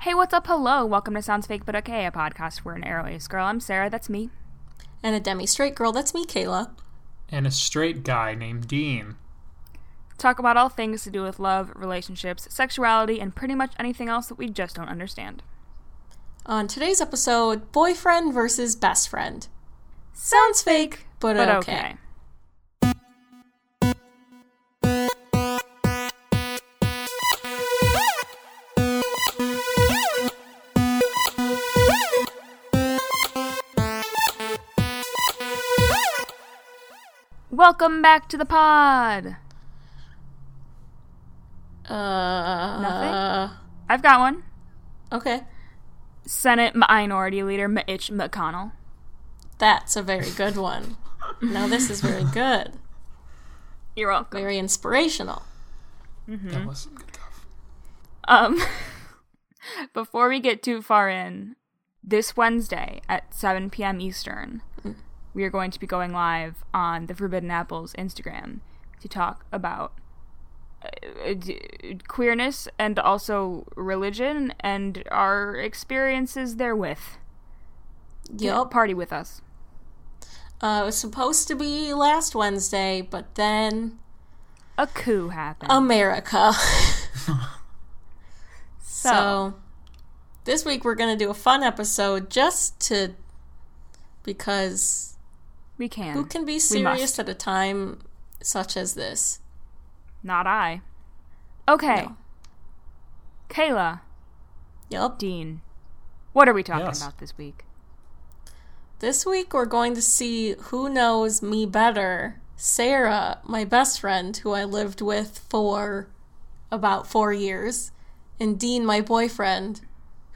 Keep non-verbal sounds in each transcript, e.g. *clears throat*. Hey, what's up? Hello. Welcome to Sounds Fake But Okay, a podcast where an airwaves girl, I'm Sarah, that's me. And a demi straight girl, that's me, Kayla. and a straight guy named Dean. Talk about all things to do with love, relationships, sexuality, and pretty much anything else that we just don't understand. On today's episode, boyfriend versus best friend. Sounds fake, but, But okay. Oh, okay. Welcome back to the pod. Uh, Nothing? I've got one. Okay. Senate Minority Leader Mitch McConnell. That's a very good one. now, this is *laughs* very good, You're welcome. very inspirational. That was some good stuff. Um, *laughs* before we get too far in, this Wednesday at 7 p.m. Eastern, we are going to be going live on the Forbidden Apples Instagram to talk about uh, d- queerness and also religion and our experiences therewith. Yup. Party with us. Uh, it was supposed to be last Wednesday, but then A coup happened. Um, *laughs* America. so, so, this week we're going to do a fun episode just to. because we can. Who can be must. serious at a time such as this? Not I. Okay. No. Kayla, Yup. Dean, what are we talking Yes. about this week? This week we're going to see who knows me better. Sarah, my best friend, who I lived with for about four years, and Dean, my boyfriend,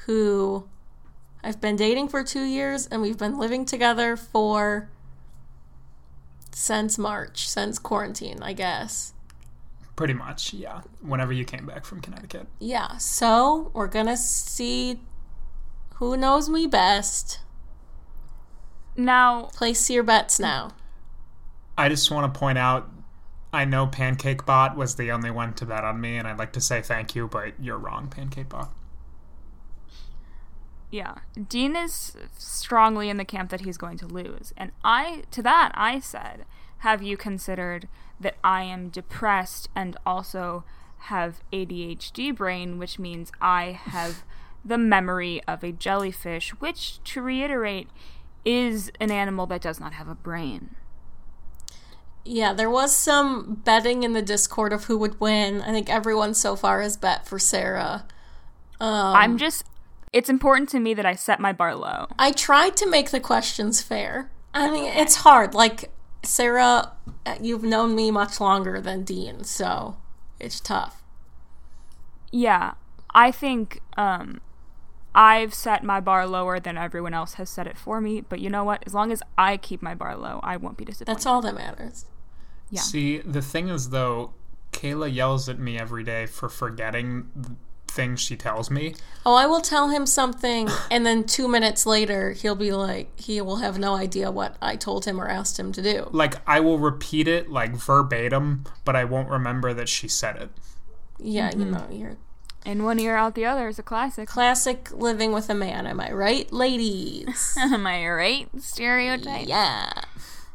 who I've been dating for two years and we've been living together for since March, since quarantine, I guess. Pretty much, yeah. Whenever you came back from Connecticut. Yeah, so we're gonna see who knows me best. Now, Place your bets now. I just want to point out I know Pancake Bot was the only one to bet on me, and I'd like to say thank you, but you're wrong, Pancake Bot. yeah, Dean is strongly in the camp that he's going to lose. And I, to that, I said, Have you considered that I am depressed and also have ADHD brain, which means I have the memory of a jellyfish, which, to reiterate, is an animal that does not have a brain. Yeah, there was some betting in the Discord of who would win. I think everyone so far has bet for Sarah. I'm just. It's important to me that I set my bar low. I tried to make the questions fair. I mean, it's hard. Like, Sarah, you've known me much longer than Dean, so it's tough. Yeah, I think um, I've set my bar lower than everyone else has set it for me. But you know what? As long as I keep my bar low, I won't be disappointed. That's all that matters. Yeah. See, the thing is, though, Kayla yells at me every day for forgetting th- things she tells me. Oh, I will tell him something, and then two minutes later, he'll be like, he will have no idea what I told him or asked him to do. Like, I will repeat it, like, verbatim, but I won't remember that she said it. Yeah, Mm-hmm. you know, you're In one ear, out the other is a classic. classic living with a man, am I right, ladies? *laughs* Am I *laughs* right? Stereotype. yeah.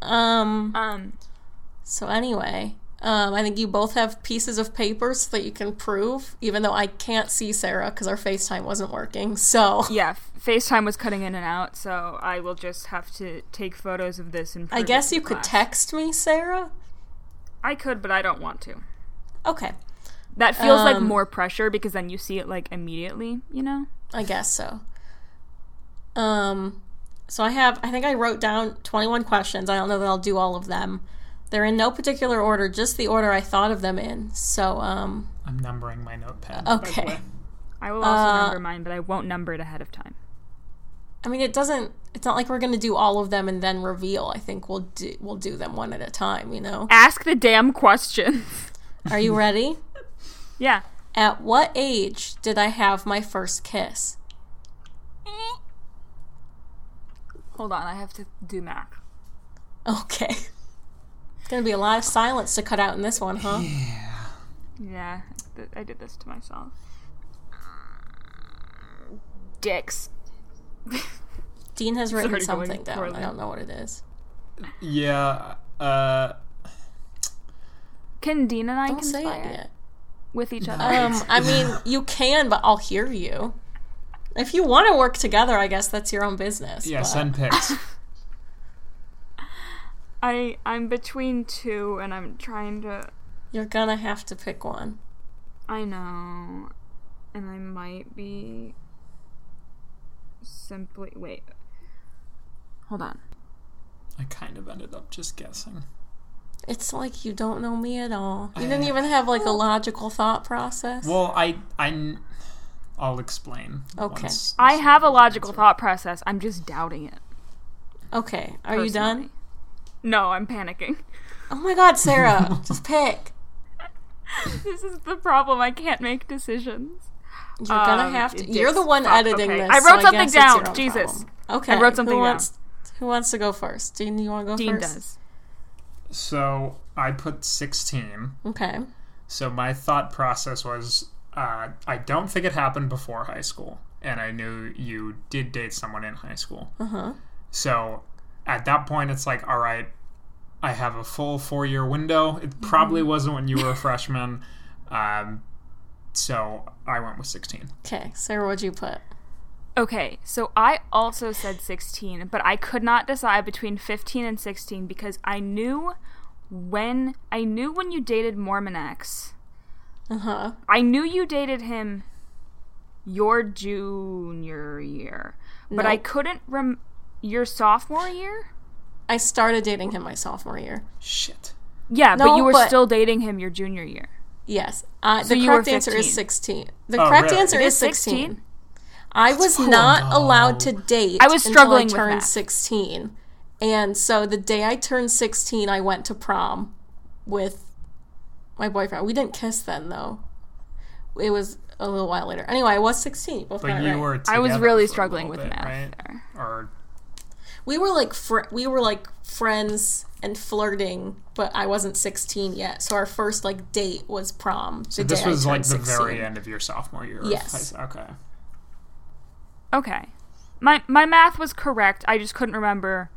Um. Um. So anyway, um, I think you both have pieces of paper so that you can prove, even though I can't see Sarah because our FaceTime wasn't working. So Yeah. F- FaceTime was cutting in and out, so I will just have to take photos of this and. *laughs* I prove it guess to you the could class. text me, Sarah. I could, but I don't want to. Okay, That feels like Um, more pressure because then you see it like immediately. You know. I guess so. Um, so I have, I think I wrote down 21 questions. I don't know that I'll do all of them. They're in no particular order, just the order I thought of them in. So, um, I'm numbering my notepad. Okay. By the way. I will also Uh, number mine, but I won't number it ahead of time. I mean, it doesn't. It's not like we're gonna do all of them and then reveal. I think we'll do we'll do them one at a time. You know. Ask the damn questions. *laughs* Are you ready? Yeah. At what age did I have my first kiss? Hold on, I have to do math. Okay. It's gonna be a lot of silence to cut out in this one, huh? Yeah, th- I did this to myself. dicks. Dean has written Sorry, going something down. poorly. I don't know what it is. Yeah. Uh, *laughs* Can Dean and I Don't say conspire it yet. with each other? Um, I mean, you can, but I'll hear you. If you want to work together, I guess that's your own business. yeah, but- send pics. I I'm between two, and I'm trying to. You're gonna have to pick one. I know, and I might be simply wait. Hold on. I kind of ended up just guessing. It's like you don't know me at all. You I- didn't even have like a logical thought process. Well, I, I, will explain. Okay. once- I have a logical thought process. I'm just doubting it. Okay, are you done? personally. No, I'm panicking. Oh my god, *laughs* Sarah, just pick. *laughs* this is the problem. I can't make decisions. You're gonna Um, have to. it You're is- the one fuck, editing okay. this. I so wrote something guess it's down, your own Jesus. problem. Okay, wrote something who wants, Who wants to go first? Dean, you want to go Dean first? does. So I put 16. Okay. So my thought process was uh, I don't think it happened before high school. And I knew you did date someone in high school. Uh huh. So at that point, it's like, all right, I have a full four year window. It probably wasn't when you were a freshman. Um, so I went with 16. Okay, Sarah, what'd you put? Okay, so I also said 16, but I could not decide between 15 and 16 because I knew when I knew when you dated Mormonax. Uh huh. I knew you dated him your junior year, but I Nope. couldn't rem your sophomore year? I started dating him my sophomore year. Shit. Yeah, but No, you were but- still dating him your junior year. Yes. Uh, the you correct were answer is 15. 16. The Oh, correct really? answer It is is 16. 16? I was not allowed to date I was struggling with until I turned that. 16. And so the day I turned 16, I went to prom with my boyfriend. We didn't kiss then, though. It was a little while later. Anyway, I was 16. You both But got it you right. were. I was together really for a struggling with little bit, math right? there. Or We were like fr- we were like friends and flirting, but I wasn't 16 yet. So our first like date was prom. So this was like the very end of your sophomore year. of Yes. high s- Okay. Okay. My my math was correct. I just couldn't remember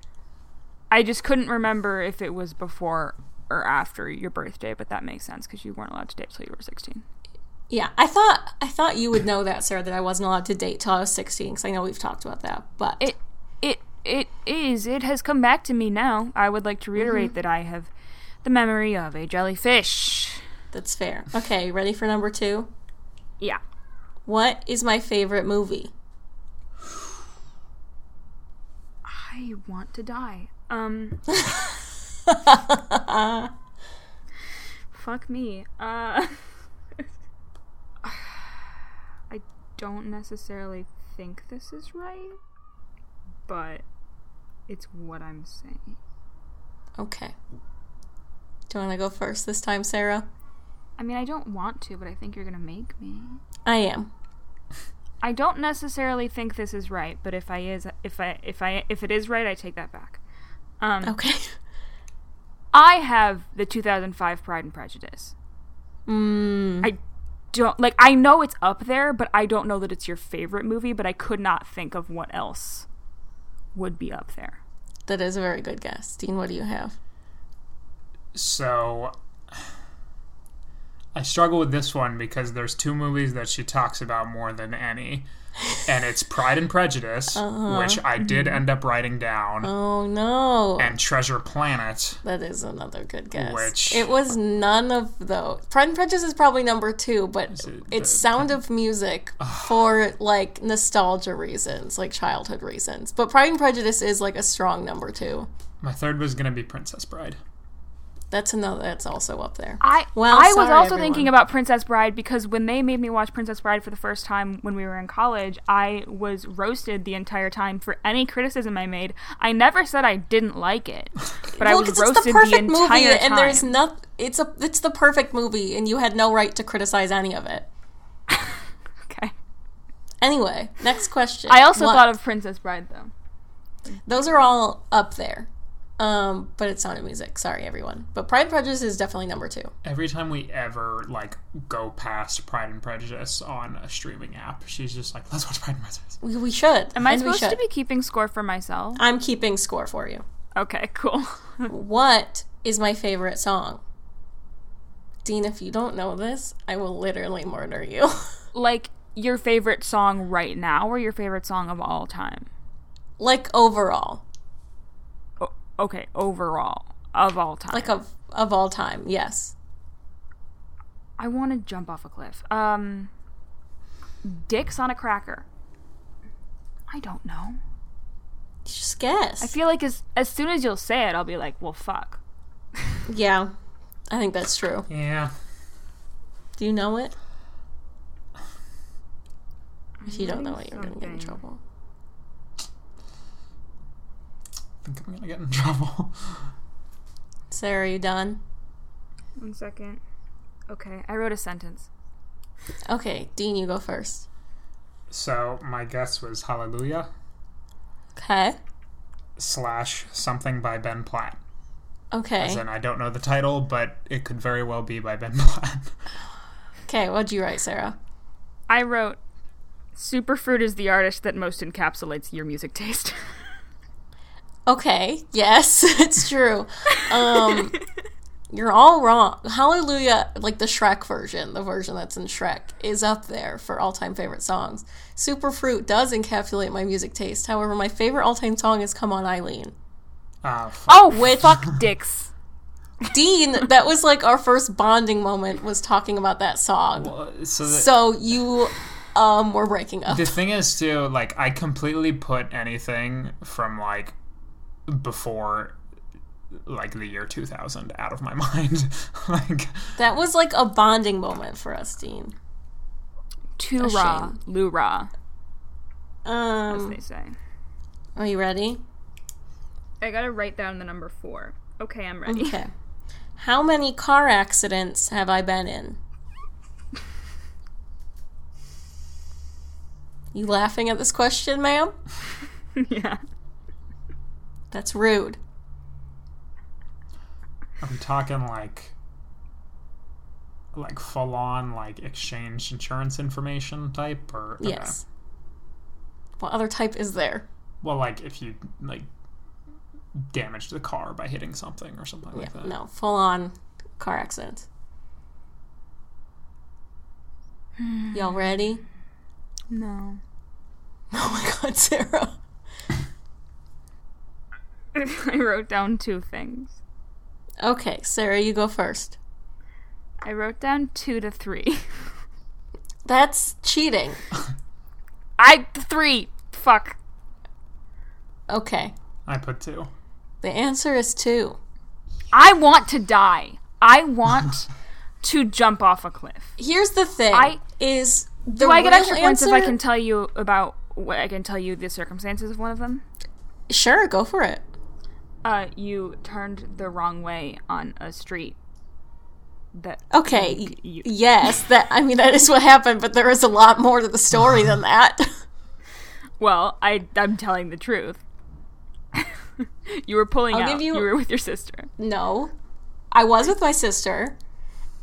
I just couldn't remember if it was before or after your birthday, but that makes sense because you weren't allowed to date till you were 16. Yeah, I thought I thought you would know that, Sarah, that I wasn't allowed to date till I was 16 because I know we've talked about that. But It it it is. It has come back to me now. I would like to reiterate that I have the memory of a jellyfish. that's fair. Okay, ready for number two? Yeah. What is my favorite movie? I want to die. Um fuck me. Uh *laughs* I don't necessarily think this is right, but it's what I'm saying. Okay. Do you want to go first this time, Sarah? I mean, I don't want to, but I think you're going to make me. I am. I don't necessarily think this is right, but if I is if I if I if it is right, I take that back. Um Okay. *laughs* I have the 2005 Pride and Prejudice. Mm, I don't like I know it's up there, but I don't know that it's your favorite movie, but I could not think of what else would be up there. that is a very good guess. Dean, what do you have? So I struggle with this one because there's two movies that she talks about more than any. And it's Pride and Prejudice, Uh-huh. which I did Mm-hmm. end up writing down, Oh no. and Treasure Planet. That is another good guess. Which- It was none of those. Pride and Prejudice is probably number two, but it it's the- Sound of Music for like nostalgia reasons, like childhood reasons. But Pride and Prejudice is like a strong number two. My third was going to be Princess Bride. That's another. That's also up there. I Well, I was sorry, also everyone. thinking about Princess Bride because when they made me watch Princess Bride for the first time when we were in college, I was roasted the entire time for any criticism I made. I never said I didn't like it, but I well, was because roasted it's the perfect entire movie, time. and there's not. It's a. It's the perfect movie, and you had no right to criticize any of it. *laughs* okay. Anyway, next question. I also What- thought of Princess Bride though. those are all up there. Um, but it's Sound of Music. Sorry, everyone. But Pride and Prejudice is definitely number two. Every time we ever like go past Pride and Prejudice on a streaming app, she's just like, "Let's watch Pride and Prejudice." We, we should. Am I And we supposed to should. be keeping score for myself? I'm keeping score for you. Okay, cool. What is my favorite song? Dean, if you don't know this, I will literally murder you. *laughs* like your favorite song right now or your favorite song of all time? like overall, O- okay, overall of all time. like of of all time, yes. I want to jump off a cliff. Um, dicks on a cracker. I don't know. Just guess. I feel like as as soon as you'll say it, I'll be like, well, fuck. yeah, I think that's true. Yeah, Do you know it? If you don't know it, you're gonna get in Something. trouble. I think I'm gonna get in *laughs* trouble. Sarah, are you done? One second. Okay, I wrote a sentence. Okay, Dean, you go first. So my guess was Hallelujah Okay. slash something by Ben Platt. Okay. And I don't know the title, but it could very well be by Ben *laughs* Platt. Okay, what'd you write, Sarah? I wrote, Superfruit is the artist that most encapsulates your music taste. Okay, yes, *laughs* it's true. *laughs* Um, you're all wrong. Hallelujah, like the Shrek version, the version that's in Shrek, is up there for all time favorite songs. Superfruit does encapsulate my music taste. However, my favorite all time song is Come On Eileen. Ah, oh, *laughs* fuck dicks. Dean, that was like our first bonding moment, was talking about that song. f- so the, Oh, So you um, were breaking up. the thing is too, like I completely put anything from like before like the year 2000 out of my *laughs* mind. like That was like a bonding moment for us, Dean. Too A raw, shame. loo raw, as Um, they say. are you ready? I gotta write down the number four. Okay, I'm ready. *laughs* *laughs* Okay. How many car accidents have I been in? You laughing at this question, ma'am? yeah. That's rude. I'm talking like like full on like exchange insurance information type or okay. Yes. What other type is there? Well, like if you like damaged the car by hitting something or something like that. No, full on car accident. Hmm. Y'all ready? *laughs* No. Oh my god, Sarah. *laughs* I wrote down two things. Okay, Sarah, you go first. I wrote down two to three. *laughs* That's cheating. I three. Fuck. Okay. I put two. The answer is two. I want to die. I *laughs* want to jump off a cliff. Here's the thing I- is the Do I get real extra points if I answer- can tell you about? What, I can tell you the circumstances of one of them. Sure, go for it. Uh, you turned the wrong way on a street. That Okay. y- you- yes, that I mean that is what happened, but there is a lot more to the story than that. *laughs* well, I I'm telling the truth. *laughs* you were pulling I'll out. give you- you were with your sister. no. I was with my sister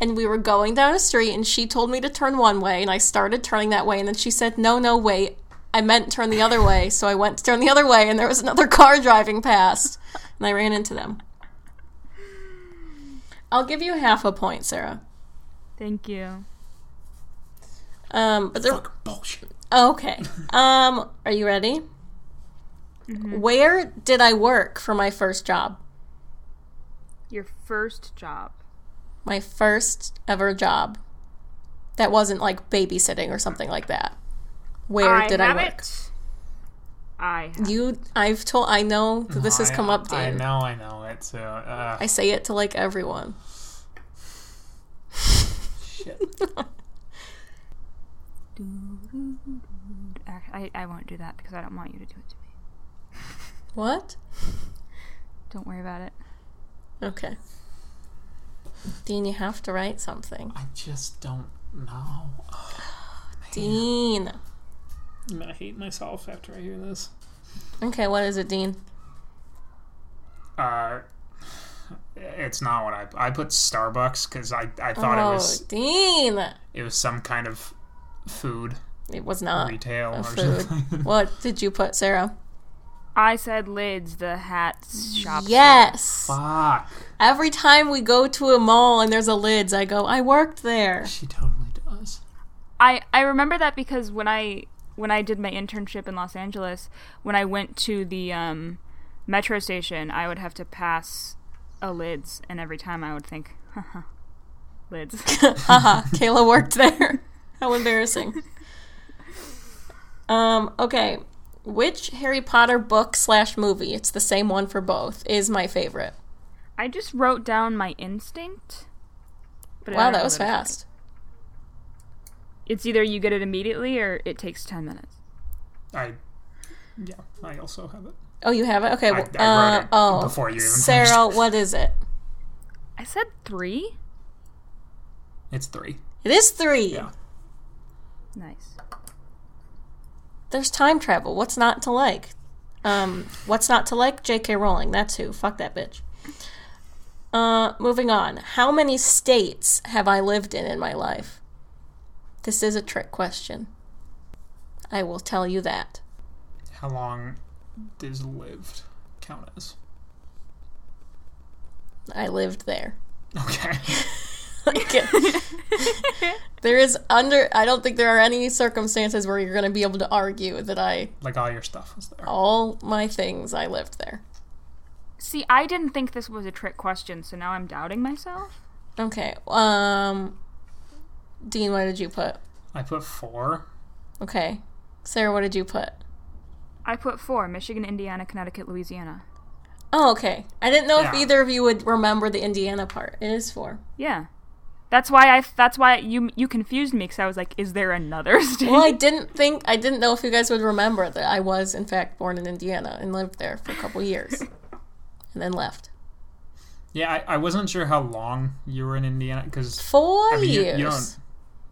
and we were going down a street and she told me to turn one way and I started turning that way and then she said, "No, no, wait. I meant turn the other way." So I went to turn the other way and there was another *laughs* car driving past and I ran into them. I'll give you half a point, Sarah. Thank you. Um, but there, Bullshit. Okay. Um, are you ready? Where did I work for my first job? Your first job. My first ever job. That wasn't like babysitting or something like that. Where did I work? it. I have You I've told I know that this has I- come up, I Dean. I, know, I know it. So, uh, say it to like everyone. shit. Ac- I, I won't do that because I don't want you to do it to me. *laughs* What? Don't worry about it. Okay. Dean, you have to write something. I just don't know. Dean. I hate myself after I hear this. Okay, what is it, Dean? Uh, it's not what I I put Starbucks because I I thought oh, it was Dean. it was some kind of food It was not retail a or food. something. *laughs* what did you put, Sarah? I said lids, the hat shop. Yes. Fuck. Every time we go to a mall and there's a lids, I go, I worked there. *laughs* She totally does. I I remember that because when I when I did my internship in Los Angeles, when I went to the um, metro station, I would have to pass a lids, and every time I would think, haha, lids. *laughs* Haha, Kayla worked there. *laughs* How embarrassing. Um, okay. Which Harry Potter book slash movie, it's the same one for both, is my favorite. I just wrote down my instinct. But I Wow, don't that know was it's right. fast. It's either you get it immediately or it takes ten minutes. I yeah. I also have it. Oh, you have it? Okay. I- well, I wrote uh, it oh, before you even Sarah, finished. what is it? I said three. It's three. It is three. Yeah. Nice. There's time travel. What's not to like? Um, what's not to like? J.K. Rowling. That's who. Fuck that bitch. Uh, moving on. How many states have I lived in in my life? This is a trick question. I will tell you that. How long does lived count as? *laughs* I lived there. *laughs* Okay. Like, *laughs* there is under. I don't think there are any circumstances where you're going to be able to argue that I like all your stuff was there. all my things. I lived there. See, I didn't think this was a trick question, so now I'm doubting myself. Okay. Um, Dean, what did you put? I put four. Okay. Sarah, what did you put? I put four: Michigan, Indiana, Connecticut, Louisiana. Oh, okay. I didn't know if Yeah. either of you would remember the Indiana part. It is four. Yeah, that's why I. That's why you you confused me because I was like, "Is there another *laughs* state?" Well, I didn't think I didn't know if you guys would remember that I was in fact born in Indiana and lived there for a *laughs* couple years, and then left. Yeah, I, I wasn't sure how long you were in Indiana because Four I mean, you, years. you don't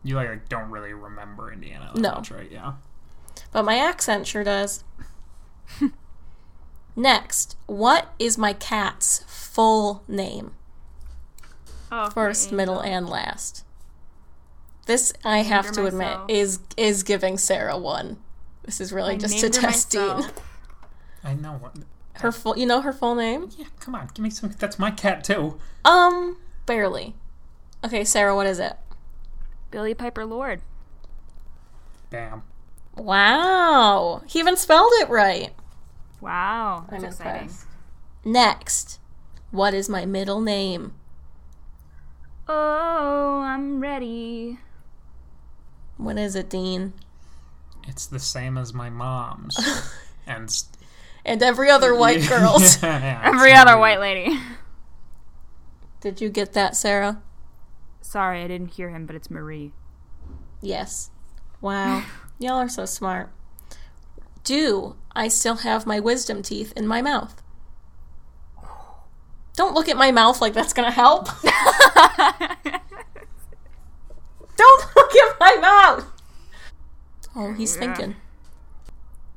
you like don't really remember Indiana that No. much, right? Yeah. but my accent sure *laughs* does. Next, what is my cat's full name? Oh, First, okay. middle, and last. This I have her to admit myself. is is giving Sarah one. This is really I just to named her test Dean. myself. I know what. Her full, you know her full name? Yeah, come on, give me some. That's my cat too. Um, barely. Okay, Sarah, what is it? Billy Piper Lord. Bam. Wow, he even spelled it right. Wow, that's I'm exciting. impressed. Next, what is my middle name? Oh, I'm ready. What is it, Dean? It's the same as my mom's. and s- And every other *laughs* white girl's. Yeah, yeah, it's Every not other really- white lady. *laughs* Did you get that, Sarah? Sorry, I didn't hear him, but it's *laughs* Marie. Yes. Wow, y'all are so smart. Do I still have my wisdom teeth in my mouth? Don't look at my mouth like that's gonna help. *laughs* Don't look at my mouth. Oh, he's Yeah. thinking.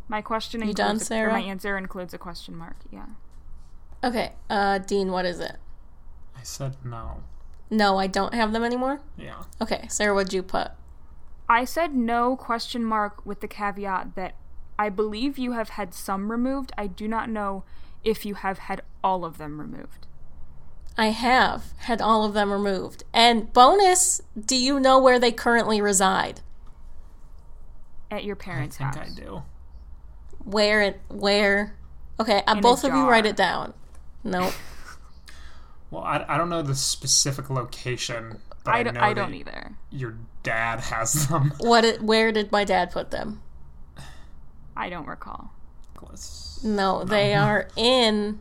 My question includes done, a- or Sarah? my answer includes a question mark. Yeah. Okay, uh, Dean, what is it? I said no. No, I don't have them anymore. Yeah. Okay, Sarah, what'd you put? I said no question mark with the caveat that I believe you have had some removed. I do not know if you have had all of them removed. I have had all of them removed. And bonus, do you know where they currently reside? At your I parents' think I house. do. Where it? Where? Okay, uh, a both of you write jar. it down. Nope. Well, I, I don't know the specific location, but I, I, don't, know I don't that either. your dad has them. what? It, where did my dad put them? I don't recall. Nicholas. No, they are in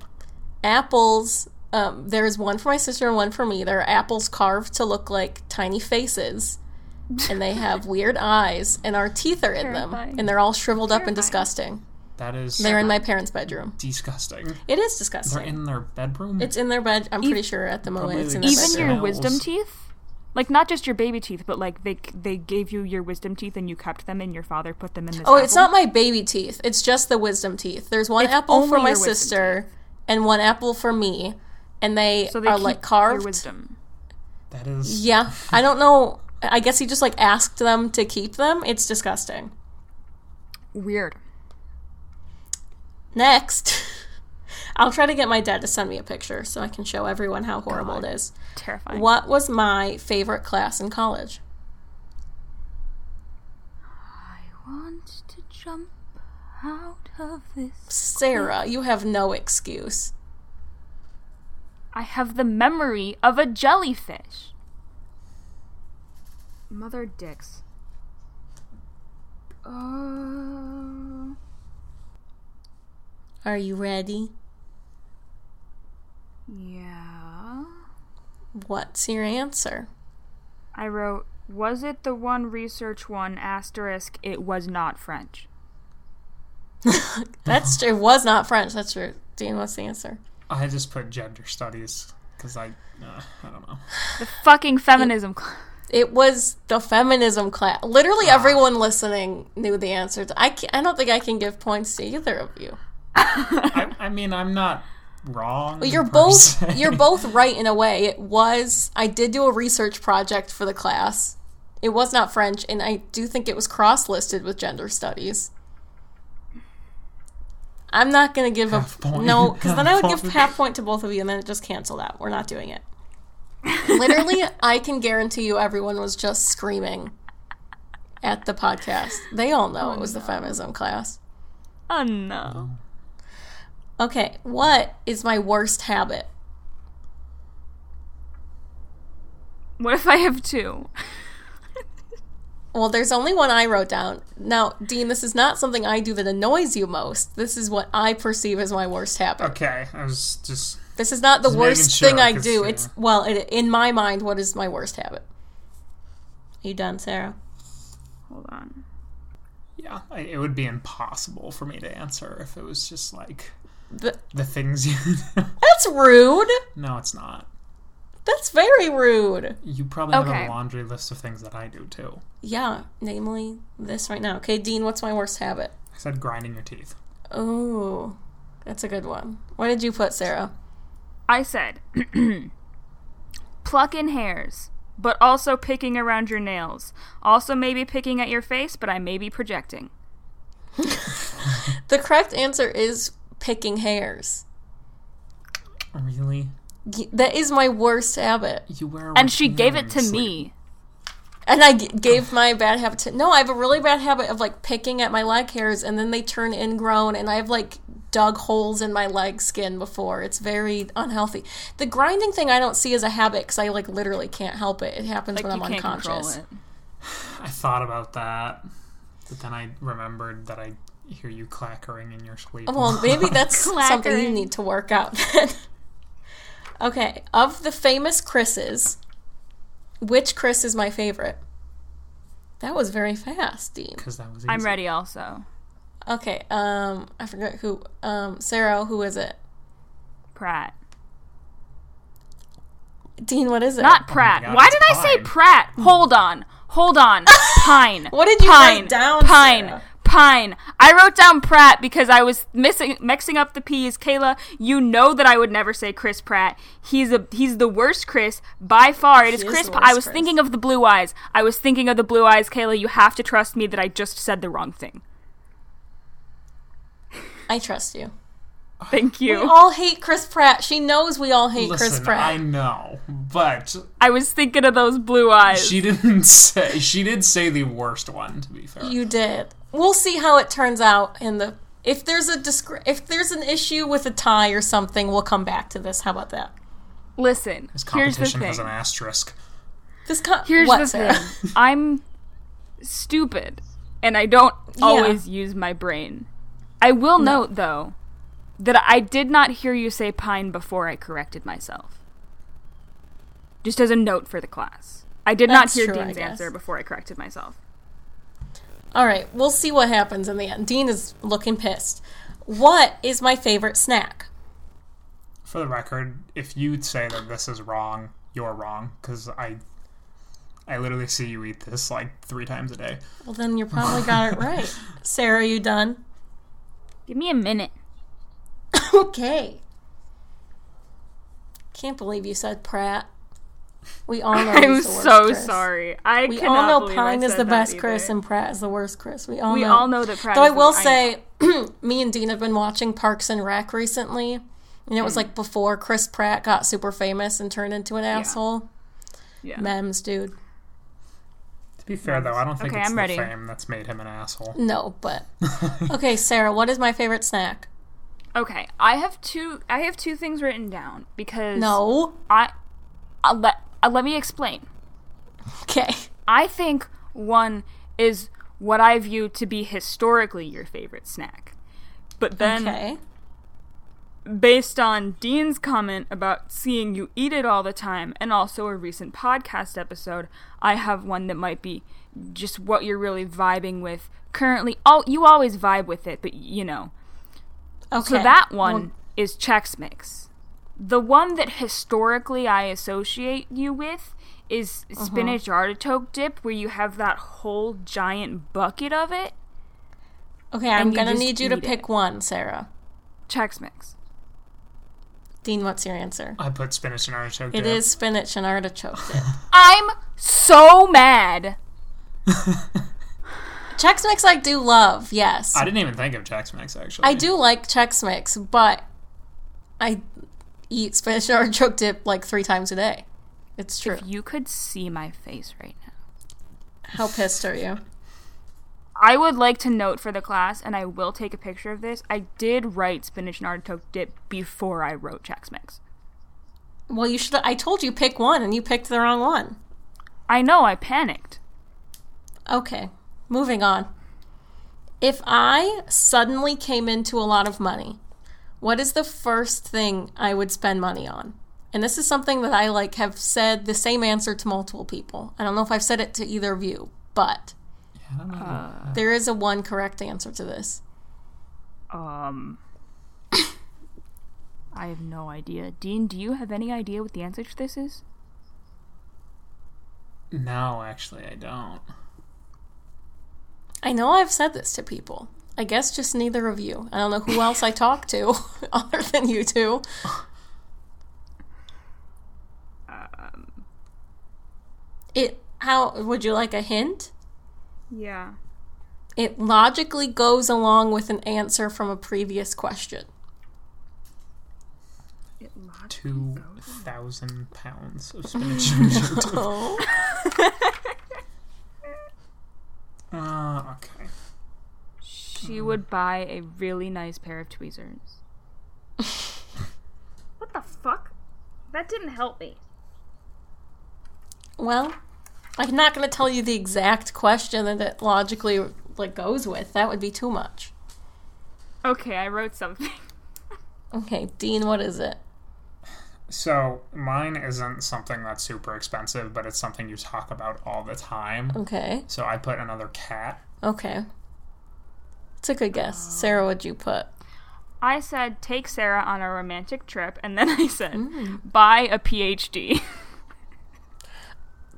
apples. Um, there's one for my sister and one for me. They're apples carved to look like tiny faces, and *laughs* they have weird eyes, and our teeth are in them, Terrifying. and they're all shriveled up Terrifying. and disgusting. That is They're in my parents' bedroom. disgusting. It is They're disgusting. in their bedroom. Mm, It's in their bed. I'm pretty sure at the moment Probably it's the in their Even Yes. bedroom. your wisdom Smells. teeth? Like not just your baby teeth, but like they they gave you your wisdom teeth and you kept them and your father put them in this Oh, it's apple? not my baby teeth. It's just the wisdom teeth. There's one It's apple for only my your wisdom sister and one apple for me, and they, So they are keep like Your carved. wisdom. That is. Yeah, I don't know. I guess he just like asked them to keep them. It's disgusting. Weird. Next, *laughs* I'll try to get my dad to send me a picture so I can show everyone how horrible it is. Terrifying. What was my favorite class in college? I want to jump out of this. Sarah, you have no excuse. I have the memory of a jellyfish. Mother dicks. Uh, Are you ready? yeah. What's your answer? I wrote, was it the one research one asterisk? It was not French. *laughs* That's true. It was not French. That's true. Dean, what's the answer? I just put gender studies because I. Uh, I *laughs* don't know. The fucking feminism. cl- *laughs* It was the feminism class. Literally everyone listening knew the answer. To, I, ca I don't think I can give points to either of you. I, I mean, I'm not wrong. But you're per both *laughs* se. you're both right in a way. It was I did do a research project for the class. It was not French, and I do think it was cross listed with gender studies. I'm not gonna give Half a point. no *laughs* because then I would Half give point. half point to both of you, and then it just canceled out. We're not doing it. Literally, I can guarantee you, everyone was just screaming at the podcast. They all know it was the feminism class. Oh no. Okay, what is my worst habit? What if I have two? Well, there's only one I wrote down. Now, Dean, this is not something I do that annoys you most. This is what I perceive as my worst habit. Okay, I was just. This is not the Just making worst sure, thing I 'cause, do. yeah. It's well, it, in my mind, what is my worst habit? Are you done, Sarah? Hold on. Yeah, I, it would be impossible for me to answer if it was just like Th- the things you. *laughs* That's rude. no, it's not. That's very rude. You probably have Okay. a laundry list of things that I do too. Yeah, namely this right now. Okay, Dean, what's my worst habit? I said grinding your teeth. Oh, that's a good one. What did you put, Sarah? I said, *clears throat* plucking hairs, but also picking around your nails. Also, maybe picking at your face, but I may be projecting. The correct answer is picking hairs. Really? Y- That is my worst habit. You wear. a And she retainer gave when it you to sleep. me. And I g- gave my bad habit to. No, I have a really bad habit of like picking at my leg hairs and then they turn ingrown, and I've like dug holes in my leg skin before. It's very unhealthy. The grinding thing I don't see as a habit because I like literally can't help it. It happens Like when you I'm can't control unconscious. it. I thought about that, but then I remembered that I hear you clackering in your sleep. Well, *laughs* maybe *laughs* that's something you Clackering. need to work out then. *laughs* okay, of the famous Chris's, which Chris is my favorite? That was very fast, Dean. because that was. Easy. I'm ready. Also, Okay, um, I forgot who. Um, Sarah, who is it? Pratt. Dean, what is it? Not Pratt. Oh God, Why it's did I say Pine. Pratt? Hold on. Hold *laughs* on. Pine. What did you Pine. write down, Pine. Sarah? Pine. I wrote down Pratt because I was missing mixing up the P's. Kayla, you know that I would never say Chris Pratt. He's a he's the worst Chris by far. It is is Chris. the P- I worst was Chris. thinking of the blue eyes. I was thinking of the blue eyes, Kayla. You have to trust me that I just said the wrong *sighs* thing. I trust you. Thank We you. all hate Chris Pratt. She knows we all hate Listen, Chris Pratt. I know, but I was thinking of those blue eyes. she didn't *laughs* say. She did say the worst one. To be fair, You did. We'll see how it turns out in the. If there's a discre- if there's an issue with a tie or something, we'll come back to this. How about that? Listen. this Here's the competition thing. has an asterisk. This con- Here's what, the Sarah? thing. I'm stupid and I don't always use my brain. I will note though that I did not hear you say pine before I corrected myself. Just as a note for the class. I did That's not hear true, I Dean's guess. answer before I corrected myself. All right, we'll see what happens in the end. Dean is looking pissed. What is my favorite snack? For the record, if you say that this is wrong, you're wrong because I, I literally see you eat this like three times a day. Well, then you probably *laughs* got it right. *coughs* Sarah, you done? Give me a minute. Okay. Can't believe you said Pratt. We all know I'm he's the worst so Chris. sorry. I We cannot all know believe Pine I is said the that best either. Chris and Pratt is the worst Chris. We all we know. all know that Pratt. Though I is the- will know. say, *clears throat* me and Dean have been watching Parks and Rec recently, and it was like before Chris Pratt got super famous and turned into an asshole. Yeah. Memes, dude. To be fair, though, I don't think Okay, it's I'm the ready. fame that's made him *laughs* an asshole. No, but okay, Sarah. What is my favorite snack? Okay, I have two. I have two things written down because No. I I'll let uh, let me explain. Okay. I think one is what I view to be historically your favorite snack, but then Okay. based on Dean's comment about seeing you eat it all the time and also a recent podcast episode, I have one that might be just what you're really vibing with currently. Oh, you always vibe with it, but you know. Okay. So that one is Chex Mix. The one that historically I associate you with is spinach artichoke dip where you have that whole giant bucket of it. Okay, I'm you gonna just need you to eat pick it. one, Sarah. Chex Mix. Dean, what's your answer? I put spinach and artichoke. It *laughs* is spinach and artichoke dip. *laughs* I'm so mad. Chex Mix I do love, yes. I I, didn't even think of Jack's Mix actually. do like Chex Mix, but I eat spinach and artichoke dip like three times a day. It's true. You could see my face right now. How pissed are you? I would like to note for the class, and I will take a picture of this. I did write spinach and artichoke dip before I wrote Chex Mix. Well, you should. I told you pick one, and you picked the wrong one. I know I panicked. Okay, moving on. If I suddenly came into a lot of money, what is the first thing I would spend money on? And this is something that I like have said the same answer to multiple people. I don't know if I've said it to either of you, but I don't know. there is a one correct answer to this. Um, *coughs* I have no idea. Dean, do you have any idea what the answer to this is? no, actually, I don't. I know I've said this to people. I guess just neither of you. I don't know who else I talk to *laughs* other than you two. Um. It how would you like a hint? Yeah. It logically goes along with an answer from a previous question. *laughs* It locked. Two thousand pounds of spinach *laughs* and artichoke dip. Oh, Uh, okay. She would buy a really nice pair of *laughs* tweezers. what the fuck? That didn't help me. well, I'm not going to tell you the exact question that it logically like goes with. That would be too much. Okay, I wrote something. *laughs* Okay, Dean, what is it? So mine isn't something that's super expensive, but it's something you talk about all the time. Okay. So I put another cat. Okay. It's a good guess. Sarah, what'd you put? I said take Sarah on a romantic trip, and then *laughs* I said Hmm. buy a *laughs* PhD.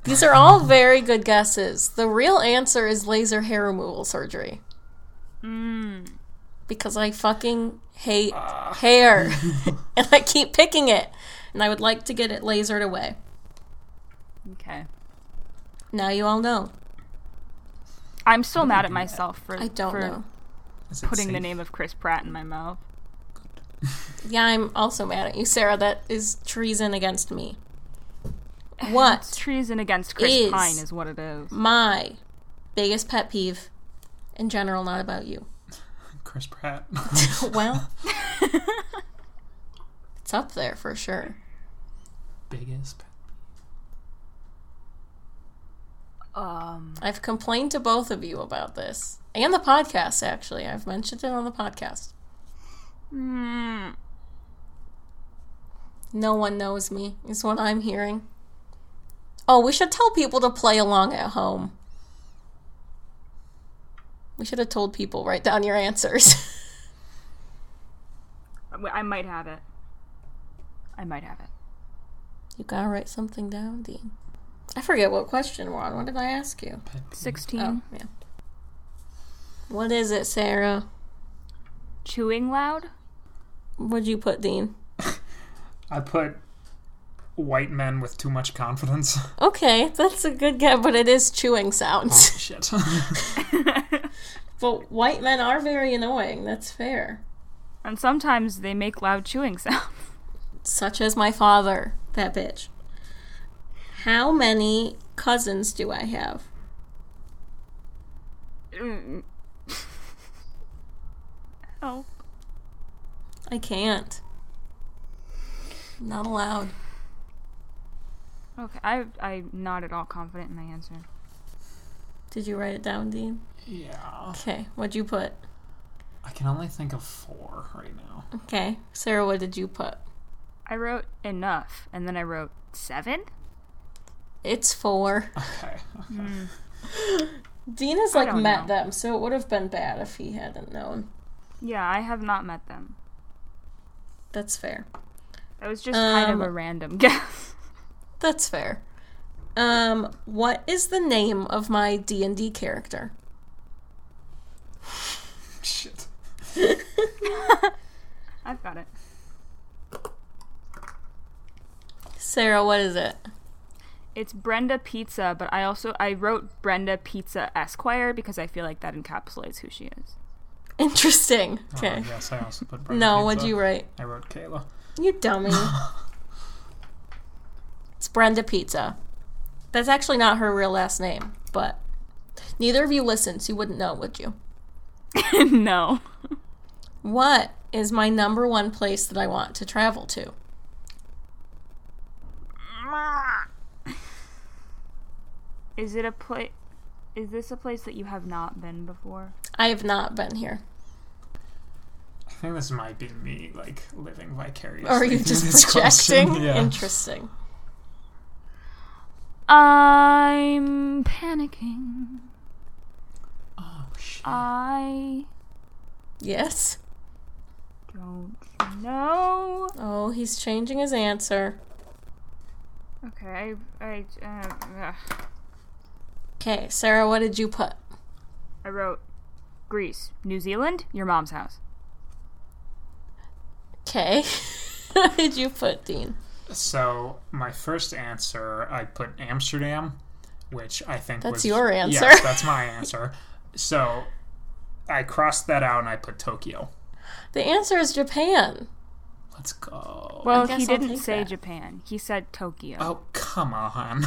These are all very good guesses. The real answer is laser hair removal surgery. Mm. Because I fucking hate hair. and I keep picking it. And I would like to get it lasered away. Okay. Now you all know. I'm still mad at myself for I don't for know. Is it putting the safe? name of Chris Pratt in my mouth. Yeah, I'm also mad at you, Sarah. That is treason against me. *laughs* What Treason against Chris Is. Pine is what it is. my biggest pet peeve in general, not about you. Chris Pratt. *laughs* Well, *laughs* it's up there for sure. Biggest. pet- Um, I've complained to both of you about this and the podcast, actually. I've mentioned it on the podcast. mm, No one knows me, is what I'm hearing. Oh, we should tell people to play along at home. We should have told people write down your answers. *laughs* I- I might have it. I might have it. you gotta write something down, Dean. I forget what question we're on. What did I ask you? pet peeve. Sixteen. Oh, yeah. What is it, Sarah? *laughs* Chewing loud. What'd you put, Dean? I put white men with too much confidence. *laughs* Okay, that's a good guess, but it is chewing *laughs* sounds. Shit. *laughs* but white men are very annoying. That's fair. And sometimes they make loud chewing sounds. *laughs* Such as my father, that bitch. How many cousins do I have? Help. I can't. Not allowed. Okay, I, I'm not at all confident in my answer. Did you write it down, Dean? yeah. Okay, what'd you put? I can only think of four right now. Okay, Sarah, what did you put? I wrote enough, and then I wrote seven? *laughs* It's four. Okay. *laughs* Dean has I like don't met know. them, so it would have been bad if he hadn't known. Yeah, I have not met them. That's fair. That was just kind of Um, a random *laughs* guess. That's fair. Um, what is the name of my D and D character? Shit. I've got it. Sarah, what is it? *laughs* It's Brenda Pizza, but I also I wrote Brenda Pizza Esquire because I feel like that encapsulates who she is. Interesting. Oh, Okay. yes, I also put Brenda no, Pizza. what'd you write? I wrote Kayla. You *laughs* dummy. it's Brenda Pizza. That's actually not her real last name, but neither of you listened, so you wouldn't know, would you? *laughs* no. What is my number one place that I want to travel to? Is it a place? Is this a place that you have not been before? I have not been *laughs* here. I think this might be me, like, living vicariously. Or are you through just this projecting? question. *laughs* Yeah. Interesting. I'm panicking. Oh, shit. I Yes. don't know. Oh, he's changing his answer. Okay, I I uh, ugh. Okay, Sarah, what did you put? I wrote Greece, New Zealand, your mom's house. Okay. *laughs* what did you put, Dean? So my first answer, I put Amsterdam, which I think That's was your answer. Yes, that's my answer. So I crossed that out and I put Tokyo. The answer is Japan. Let's go. Well, guess he I'll didn't take say that. Japan. He said Tokyo. *laughs* oh come on!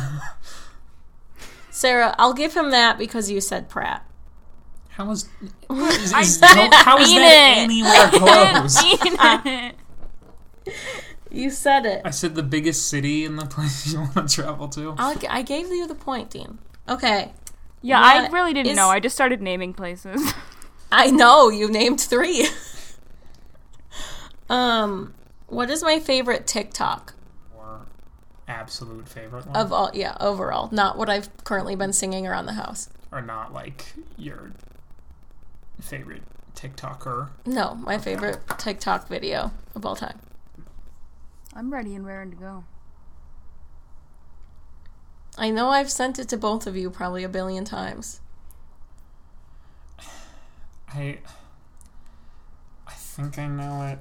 *laughs* Sarah, I'll give him that because you said Pratt. *laughs* How is, is, is I no- didn't how is mean that it. anywhere close? Ah. You said it. I said the biggest city in the *laughs* place you want to travel to. I'll, I gave you the point, Dean. Okay. yeah, I What really didn't is- know. I just started naming places. *laughs* I know you named three. *laughs* um, what is my favorite TikTok Or absolute favorite one, of all? Yeah, overall, not what I've currently been singing around the house. or not like your favorite TikToker. No, my favorite TikTok video of all time. I'm ready and raring to go. I know I've sent it to both of you probably a billion times. I I think I know it,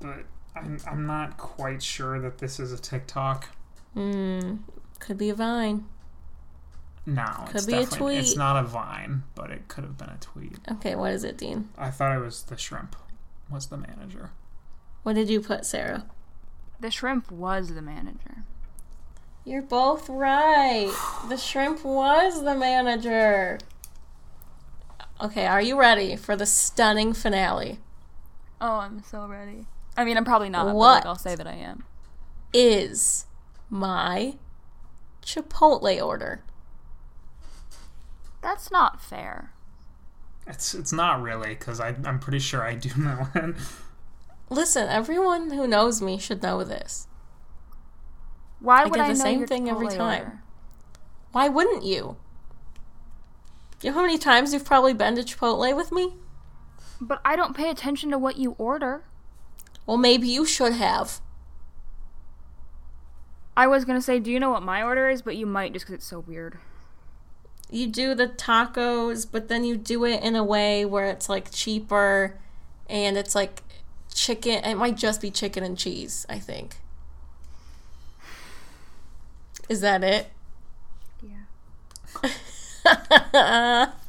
but I'm I'm not quite sure that this is a TikTok. Hmm, could be a Vine. No, it's Could be a definitely- It's tweet. not a Vine, but it could have been a tweet. Okay, what is it, Dean? I thought it was the shrimp was the manager. What did you put, Sarah? The shrimp was the manager. You're both right. The shrimp was the manager. Okay, are you ready for the stunning finale? Oh, I'm so ready. I mean, I'm probably not. but, What? like, I'll say that I am. Is my Chipotle order? That's not fair. It's it's not really because I I'm pretty sure I do *laughs* know it. Listen, everyone who knows me should know this. Why I would do I the know same your thing every Chipotle time. order? Why wouldn't you? You know how many times you've probably been to Chipotle with me? But I don't pay attention to what you order. Well, maybe you should have. I was gonna say, do you know what my order is? But you might just because it's so weird. you do the tacos, but then you do it in a way where it's like cheaper and it's like chicken. It might just be chicken and cheese, I think. Is that it? *laughs* Yeah.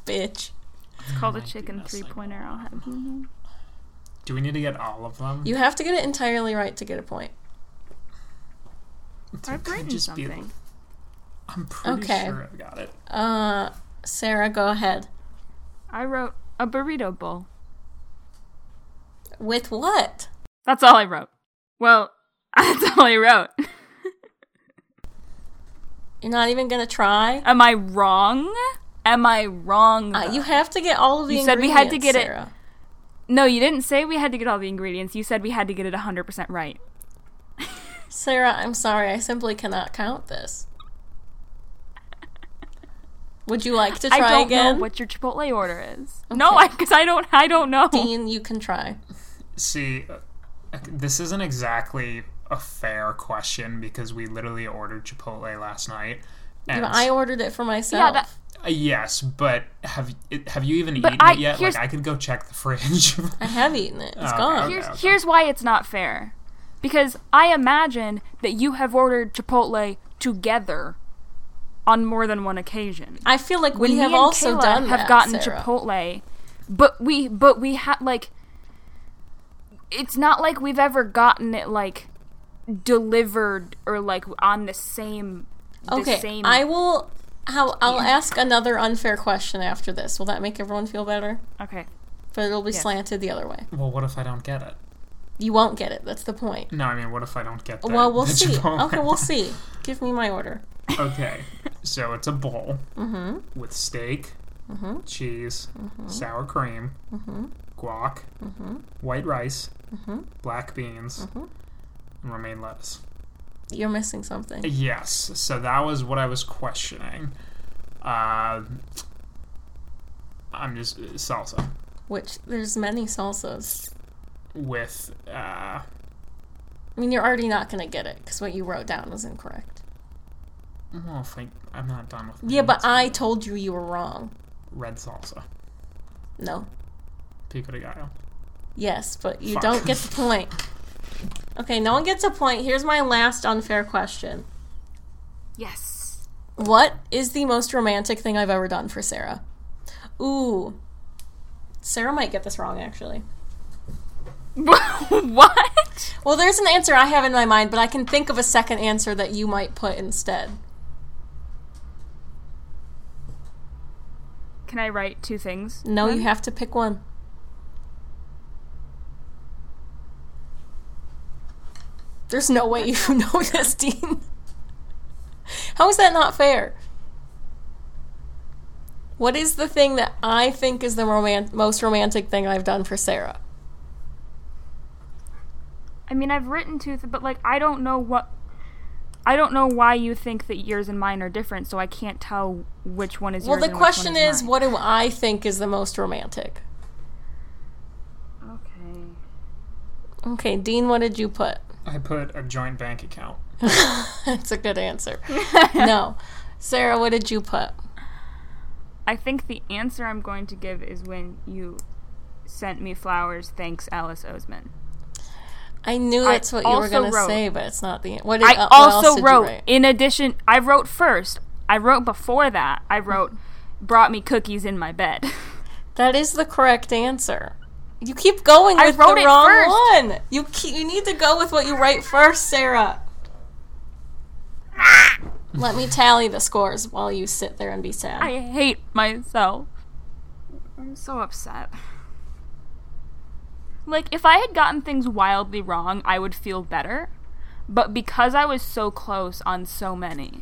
Bitch. It's called a my chicken goodness, three like- pointer. I'll have you know. Do we need to get all of them? You have to get it entirely right to get a point. Or Britain just be- something. I'm pretty Okay. sure I got it. Uh, Sarah, go ahead. I wrote a burrito bowl. With what? That's all I wrote. Well, *laughs* that's all I wrote. You're not even gonna try. Am I wrong? Am I wrong? Uh, though? you have to get all of the You said we ingredients. had to get it- Sarah. no, you didn't say we had to get all the ingredients. You said we had to get it 100% right. Sarah, I'm sorry. I simply cannot count this. Would you like to try I don't again? know what your Chipotle order is. No, I because I don't. I don't know. Dean, you can try. See, uh, this isn't exactly a fair question because we literally ordered Chipotle last night. And I ordered it for myself. yeah, that, Uh, yes, but have it- have you even But eaten I- it yet? here's- Like I could go check the fridge. *laughs* I have eaten it. It's okay. gone. Here- here's okay. here's why it's not fair. Because I imagine that you have ordered Chipotle together on more than one occasion. I feel like when we me have and also Kayla done have that, gotten Sarah. Chipotle, but we but we had like it's not like we've ever gotten it like delivered or like on the same the Okay, same I will. How I'll ask another unfair question after this. Will that make everyone feel better? okay But it'll be slanted the other way. well, what if I don't get it? You won't get it. That's the point. No, I mean, what if I don't get? The, Well, we'll the *laughs* see. Chipotle? Okay, we'll see. Give me my order. Okay, so it's a bowl Mm-hmm. with steak, cheese, sour cream, Mm-hmm. guac, white rice, black beans, Mm-hmm. and romaine lettuce. You're missing something. Yes, so that was what I was questioning. Uh, I'm just uh, salsa Which there's many salsas. with uh, I mean, you're already not gonna get it because what you wrote down was incorrect. well, think I'm not done with Yeah, but meats. I told you you were wrong. red salsa, No. pico de gallo. Yes, but you Fuck. don't get the point. Okay, no one gets a point. Here's my last unfair question. *laughs* yes *laughs* What is the most romantic thing I've ever done for Sarah? Ooh. Sarah might get this wrong, actually. what Well, there's an answer I have in my mind, but I can think of a second answer that you might put instead. can I write two things No, you have to pick one. There's no way you *laughs* know this, Dean. How is that not fair? What is the thing that I think is the roman- most romantic thing I've done for Sarah? I mean I've written two th- but like I don't know what I don't know why you think that yours and mine are different so I can't tell which one is Well, yours the and which one question is, mine. what do I think is the most romantic? okay Okay, Dean, what did you put? *laughs* I put a joint bank account. That's a good answer. no. Sarah, what did you put? *laughs* I think the answer I'm going to give is when you sent me flowers. Thanks, Alice Oseman. I knew that's what you were also going to wrote- say, but it's not the. What did, I uh, what else also did you wrote, write? in addition, I wrote first. I wrote before that. I wrote, brought me cookies in my bed. *laughs* That is the correct answer. You keep going I with wrote the it wrong first. one. You keep, you need to go with what you write first, Sarah. Let me tally the scores while you sit there and be sad. I hate myself. I'm so upset. Like, if I had gotten things wildly wrong, I would feel better. But because I was so close on so many,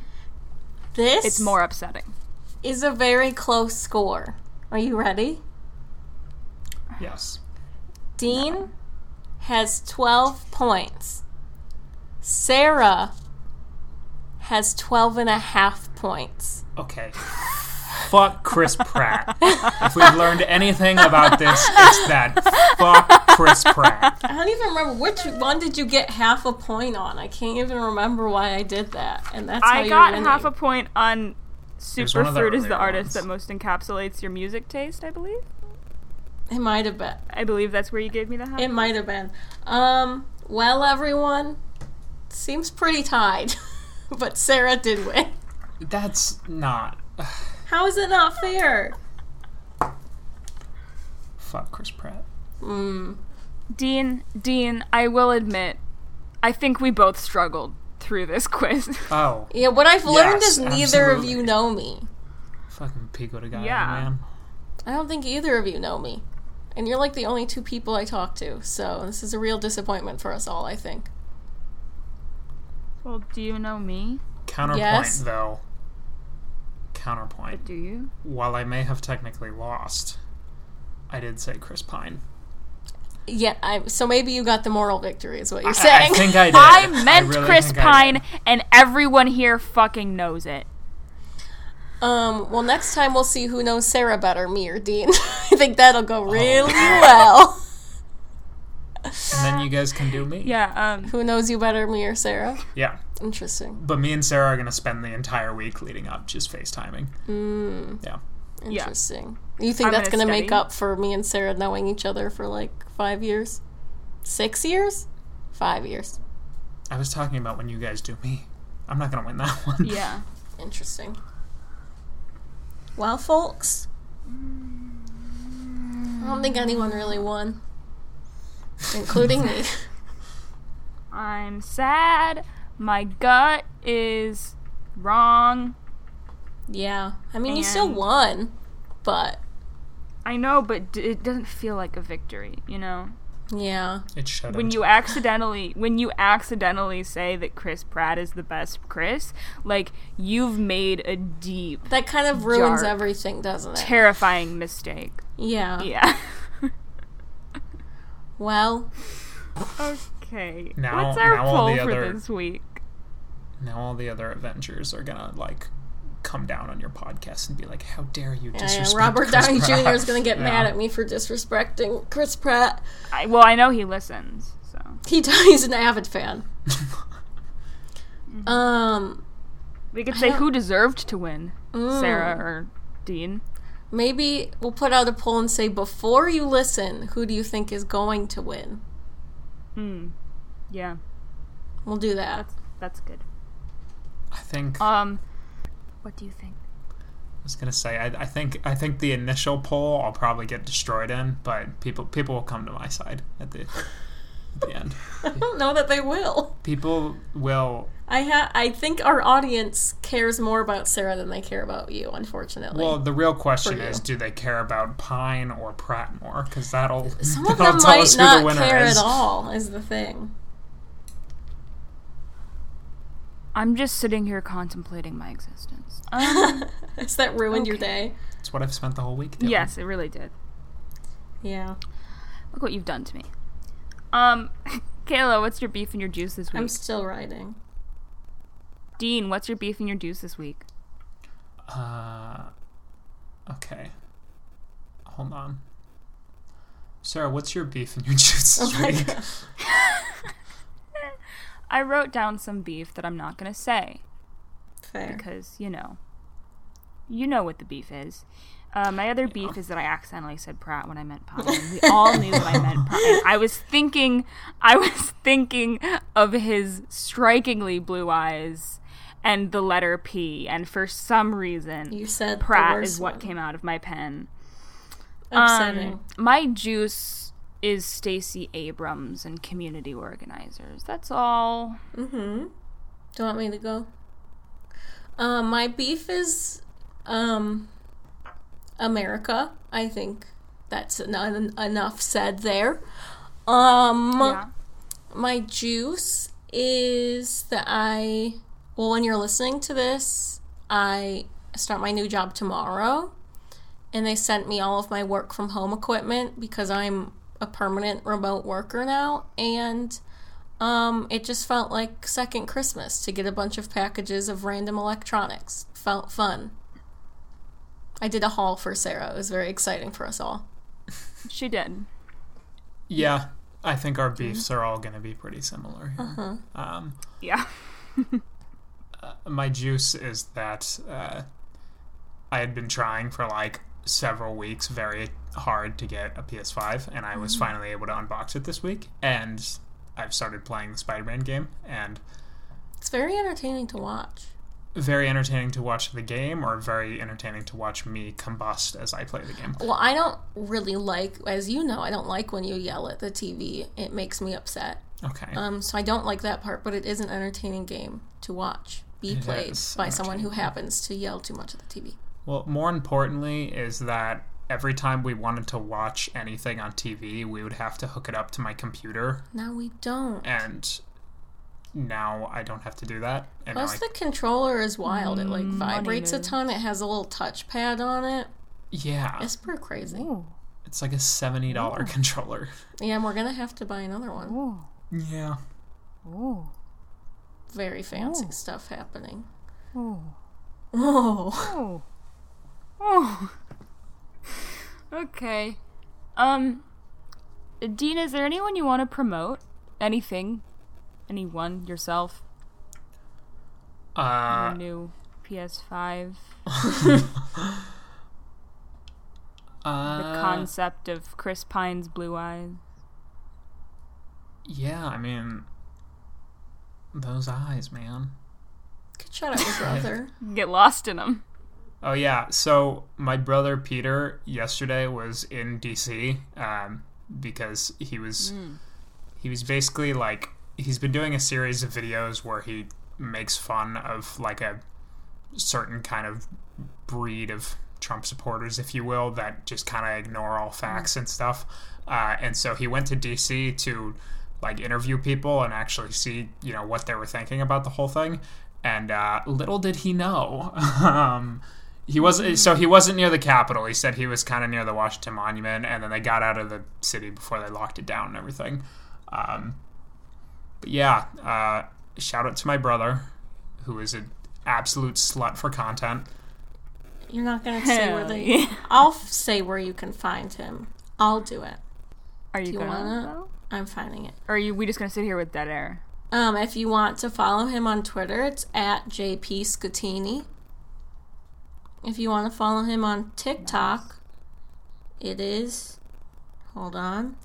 this it's more upsetting. is a very close score. Are you ready? Yes. Dean has 12 points. Sarah has 12 and a half points. Okay. fuck Chris Pratt. If we've learned anything about this, it's that fuck Chris Pratt. I don't even remember which one did you get half a point on. I can't even remember why I did that. And that's how I you're got winning. half a point on was one of the Superfruit is earlier the artist ones. that most encapsulates your music taste, I believe. It might have been. I believe that's where you gave me the half. It might have been. Um, well, everyone, seems pretty tied. *laughs* but Sarah did win. That's not. *sighs* How is it not fair? Fuck Chris Pratt. Mm. Dean, Dean, I will admit, I think we both struggled through this *laughs* quiz. Oh, Yeah, what I've learned Yes, is neither absolutely. of you know me. fucking Pico de Gallo, Yeah. man. I don't think either of you know me. And you're like the only two people I talk to, so this is a real disappointment for us all, I think. well, do you know me? Counterpoint, Yes. though. Counterpoint. Do you? While I may have technically lost, I did say Chris Pine. Yeah, I, so maybe you got the moral victory, is what you're I saying. *laughs* think I did. I meant really Chris think I did. Pine, and everyone here fucking knows it. um, well, next time we'll see who knows Sarah better, me or Dean. *laughs* I think that'll Oh, go really well. *laughs* And then you guys can do me. Yeah. Um. Who knows you better, me or Sarah? Yeah. Interesting. But me and Sarah are going to spend the entire week leading up just FaceTiming. Mm. Yeah. Hmm, Interesting. You think I'm that's gonna going to make study. up for me and Sarah knowing each other for like five years? Six years? Five years. I was talking about when you guys do me. I'm not going to win that *laughs* one. Yeah. Interesting. Well, folks, I don't think anyone really won, including *laughs* me. I'm sad. My gut is wrong. Yeah, I mean, you still And- won, but I know, but d- it doesn't feel like a victory, you know. yeah, It should When you accidentally, when you accidentally say that Chris Pratt is the best Chris, like you've made a deep, that kind of ruins Jark. everything, doesn't it? terrifying mistake. Yeah. Yeah. *laughs* Well, okay. Now- What's our now all poll the for other- this week? Now all the other Avengers are going to, like, come down on your podcast and be like, how dare you yeah, disrespect uh, Robert Chris Downey Pratt." Jr. is going to get Yeah. mad at me for disrespecting Chris Pratt. I, well, I know he listens, so He *laughs* he's an avid fan. Mm-hmm. um, we could say don't- who deserved to win, mm. Sarah or Dean. Maybe we'll put out a poll and say before you listen, who do you think is going to win? Hmm. Yeah, We'll do that. *laughs* that's good. *laughs* I think Uh, Um, what do you think? I was gonna say I, I think I think the initial poll I'll probably get destroyed in, but people people will come to my side at the at the *laughs* end. I don't know that they will. People will I ha- I think our audience cares more about Sarah than they care about you, unfortunately. well. The real question For you. is, do they care about Pine or Pratt more? Because that'll Some of *laughs* that'll them tell might us who the not winner care is. at all, is the thing. *laughs* I'm just sitting here contemplating my existence. *laughs* Um, Has that ruined your day? It's what I've spent the whole week doing. yes, it really did. Yeah. Look what you've done to me. Um, *laughs* Kayla, what's your beef and your juice this week? I'm *laughs* still riding. Dean, what's your beef and your juice this week? Uh, okay. Hold on. Sarah, what's your beef and your *laughs* juice this Oh my week? God. I wrote down some beef that I'm not gonna say Fair. because you know, you know what the beef is. Uh, my other beef is that I accidentally said Pratt when I meant Pine. We all knew that I meant Pine. I was thinking, I was thinking of his strikingly blue eyes and the letter P, and for some reason, You said the Pratt worst is what Um, one. came out of my pen. upsetting. my juice is Stacey Abrams and community organizers. That's all. Mm-hmm. Do you want me to go? Uh, my beef is um, America. I think that's en- enough said there. Um, Yeah. my juice is that I, well, when you're listening to this, I start my new job tomorrow. And they sent me all of my work from home equipment because I'm a permanent remote worker now. And um, it just felt like second Christmas to get a bunch of packages of random electronics. Felt fun. I did a haul for Sarah. It was very exciting for us all. She did. Yeah, I think our beefs Mm-hmm. are all going to be pretty similar. Here. Uh-huh. Um, Yeah. my juice is that uh, I had been trying for like several weeks very hard to get a PS5, and I Mm-hmm. was finally able to unbox it this week. And I've started playing the Spider Man game, and It's very entertaining to watch. Very entertaining to watch the game, or very entertaining to watch me combust as I play the game. Well, I don't really like, as you know, I don't like when you yell at the TV. It makes me upset. Okay. Um, so I don't like that part, but it is an entertaining game to watch be It played is by someone who happens to yell too much at the TV. Well, more importantly, is that every time we wanted to watch anything on TV, we would have to hook it up to my computer, No, we don't. and now I don't have to do that. And now Plus, I, the controller is wild. It like vibrates a dude. ton. It has a little touchpad on it. yeah, It's Oh. pretty crazy. Ooh, it's like a seventy dollar controller. *laughs* Yeah, and we're gonna have to buy another one. ooh, Yeah. ooh, Very fancy stuff happening. ooh, Oh, ooh, ooh. Oh. *laughs* okay. Um, Dean, is there anyone you want to promote? Anything? Anyone? Yourself? Mm. Uh, Your new PS5? The uh, concept of Chris Pine's blue eyes? yeah, I mean, those eyes, man. *laughs* could shut up, *laughs* your brother. Get lost in them. Oh yeah. So my brother Peter yesterday was in DC um, because he was he was basically like he's been doing a series of videos where he makes fun of like a certain kind of breed of Trump supporters, if you will, that just kind of ignore all facts and stuff. Uh, and so he went to DC to like interview people and actually see, you know, what they were thinking about the whole thing. And uh, little did he know. *laughs* um, he wasn't so he wasn't near the Capitol. He said he was kind of near the Washington Monument, and then they got out of the city before they locked it down and everything. Um, but yeah, uh, shout out to my brother, who is an absolute slut for content. You're not gonna say where Hell they. yeah. I'll f- say where you can find him. I'll do it. Are you, you gonna? wanna- though? I'm finding it. Or are you? We just gonna sit here with dead air? Um, if you want to follow him on Twitter, it's at JP Scutini. If you want to follow him on TikTok, it is. Hold on.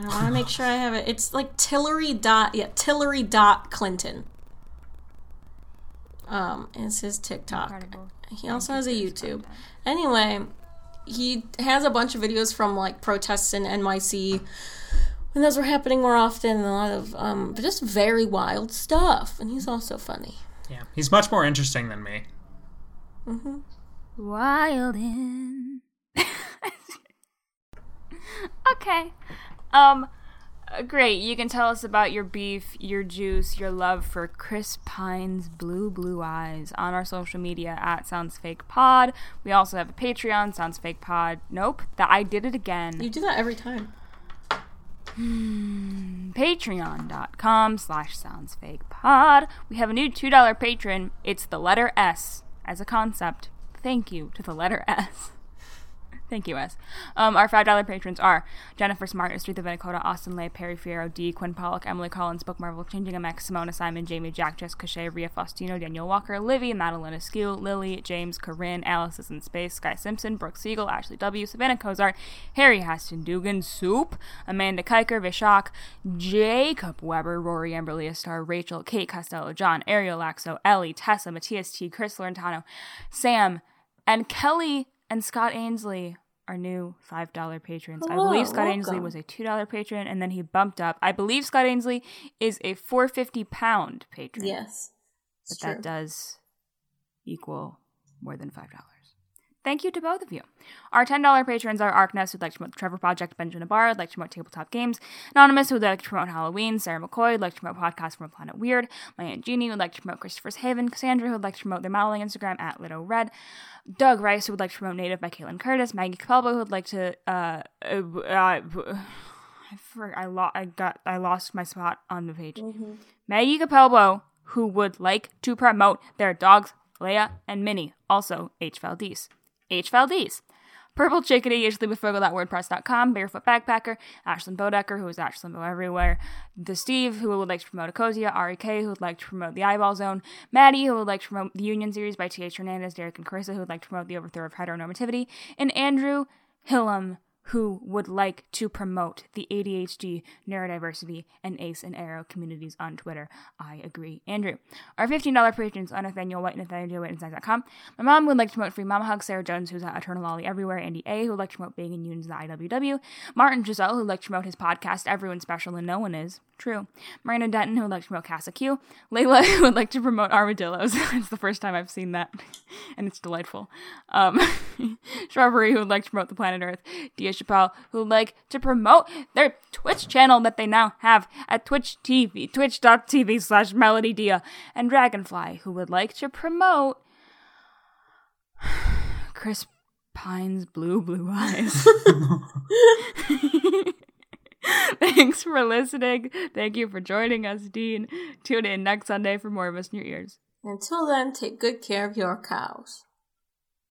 I want to make sure I have it. It's like Tillery dot yeah Tillery dot Clinton. Um, is his TikTok. Incredible. He also has a YouTube. Anyway, he has a bunch of videos from like protests in NYC when those were happening more often, and a lot of um, but just very wild stuff. And he's also funny. Yeah, he's much more interesting than me. Wild in. *laughs* okay. Um, uh, great. You can tell us about your beef, your juice, your love for Chris Pine's blue, blue eyes on our social media at Sounds Fake Pod. We also have a Patreon, Sounds Fake Pod. Nope, that I did it again. You do that every time. patreon.com slash soundsfakepod. We have a new $2 patron. It's the letter S as a concept. Thank you to the letter S. Thank you, S. Um, our $5 patrons are Jennifer Smart, Estreetha Vinicota, Austin Lay, Perry Fierro, D, Quinn Pollock, Emily Collins, Book Marvel, Changing MX, Simona Simon, Jamie Jack, Jess Cachet, Rhea Faustino, Daniel Walker, Livy, Madeline Askew, Lily, James, Corinne, Alice is in Space, Sky Simpson, Brooke Siegel, Ashley W., Savannah Kozar, Harry Haston Dugan, Soup, Amanda Kiker, Vishak, Jacob Weber, Rory Emberly, Star, Rachel, Kate Costello, John, Ariel Laxo, Ellie, Tessa, Matthias T, Chris Lorentano, Sam, and Kelly and Scott Ainsley are new $5 patrons. I believe Scott Ainsley welcome. was a $2 patron and then he bumped up. I believe Scott Ainsley is a 450 pound patron. Yes, it's But that does equal more than $5. Thank you to both of you. Our $10 patrons are Arkness, who'd like to promote the Trevor Project, Benjamin Abar, who'd like to promote Tabletop Games, Anonymous, who'd like to promote Halloween, Sarah McCoy, who'd like to promote Podcast from a Planet Weird, my Aunt Jeannie, who'd like to promote Christopher's Haven, Cassandra, who'd like to promote their modeling Instagram at Little Red, Doug Rice, who would like to promote Native by Caitlin Curtis, Maggie Capelbo, who would like to, uh, uh, uh *sighs* I, for, I, lo- I, got, I lost my spot on the page. Maggie Capelbo, who would like to promote their dogs Leia and Minnie, also H. Valdez. H. Valdez. Purple Chickadee, ishleybufogle.wordpress.com, Barefoot Backpacker, Ashlyn Bodecker, who is Ashlyn Bo everywhere, The Steve, who would like to promote Ecosia, R.E.K., who would like to promote The Eyeball Zone, Maddie, who would like to promote The Union Series by T.H. Hernandez, Derek and Carissa, who would like to promote The Overthrow of Heteronormativity, and Andrew Hillam, who would like to promote the ADHD, neurodiversity, and ACE and Arrow communities on Twitter. I agree, Andrew. Our $15 patrons are Nathaniel White, Nathaniel White, and Zach.com. My mom would like to promote Free Mama Hug, Sarah Jones, who's at Eternal Lolly Everywhere, Andy A., who would like to promote Big and Unions at the IWW, Martin Giselle, who would like to promote his podcast, Everyone's Special and No One Is. True. Miranda Denton, who would like to promote Casa Q, Layla, *laughs* who would like to promote Armadillos. *laughs* it's the first time I've seen that, *laughs* and it's delightful. Um, *laughs* Shrubbery, who would like to promote the planet Earth, Dia Chappelle, who would like to promote their Twitch channel that they now have at Twitch TV, twitch.tv slash Melody Dia, and Dragonfly, who would like to promote *sighs* Chris Pine's Blue Blue Eyes. *laughs* *laughs* Thanks for listening. Thank you for joining us, Dean. Tune in next Sunday for more of us in your ears. Until then, take good care of your cows.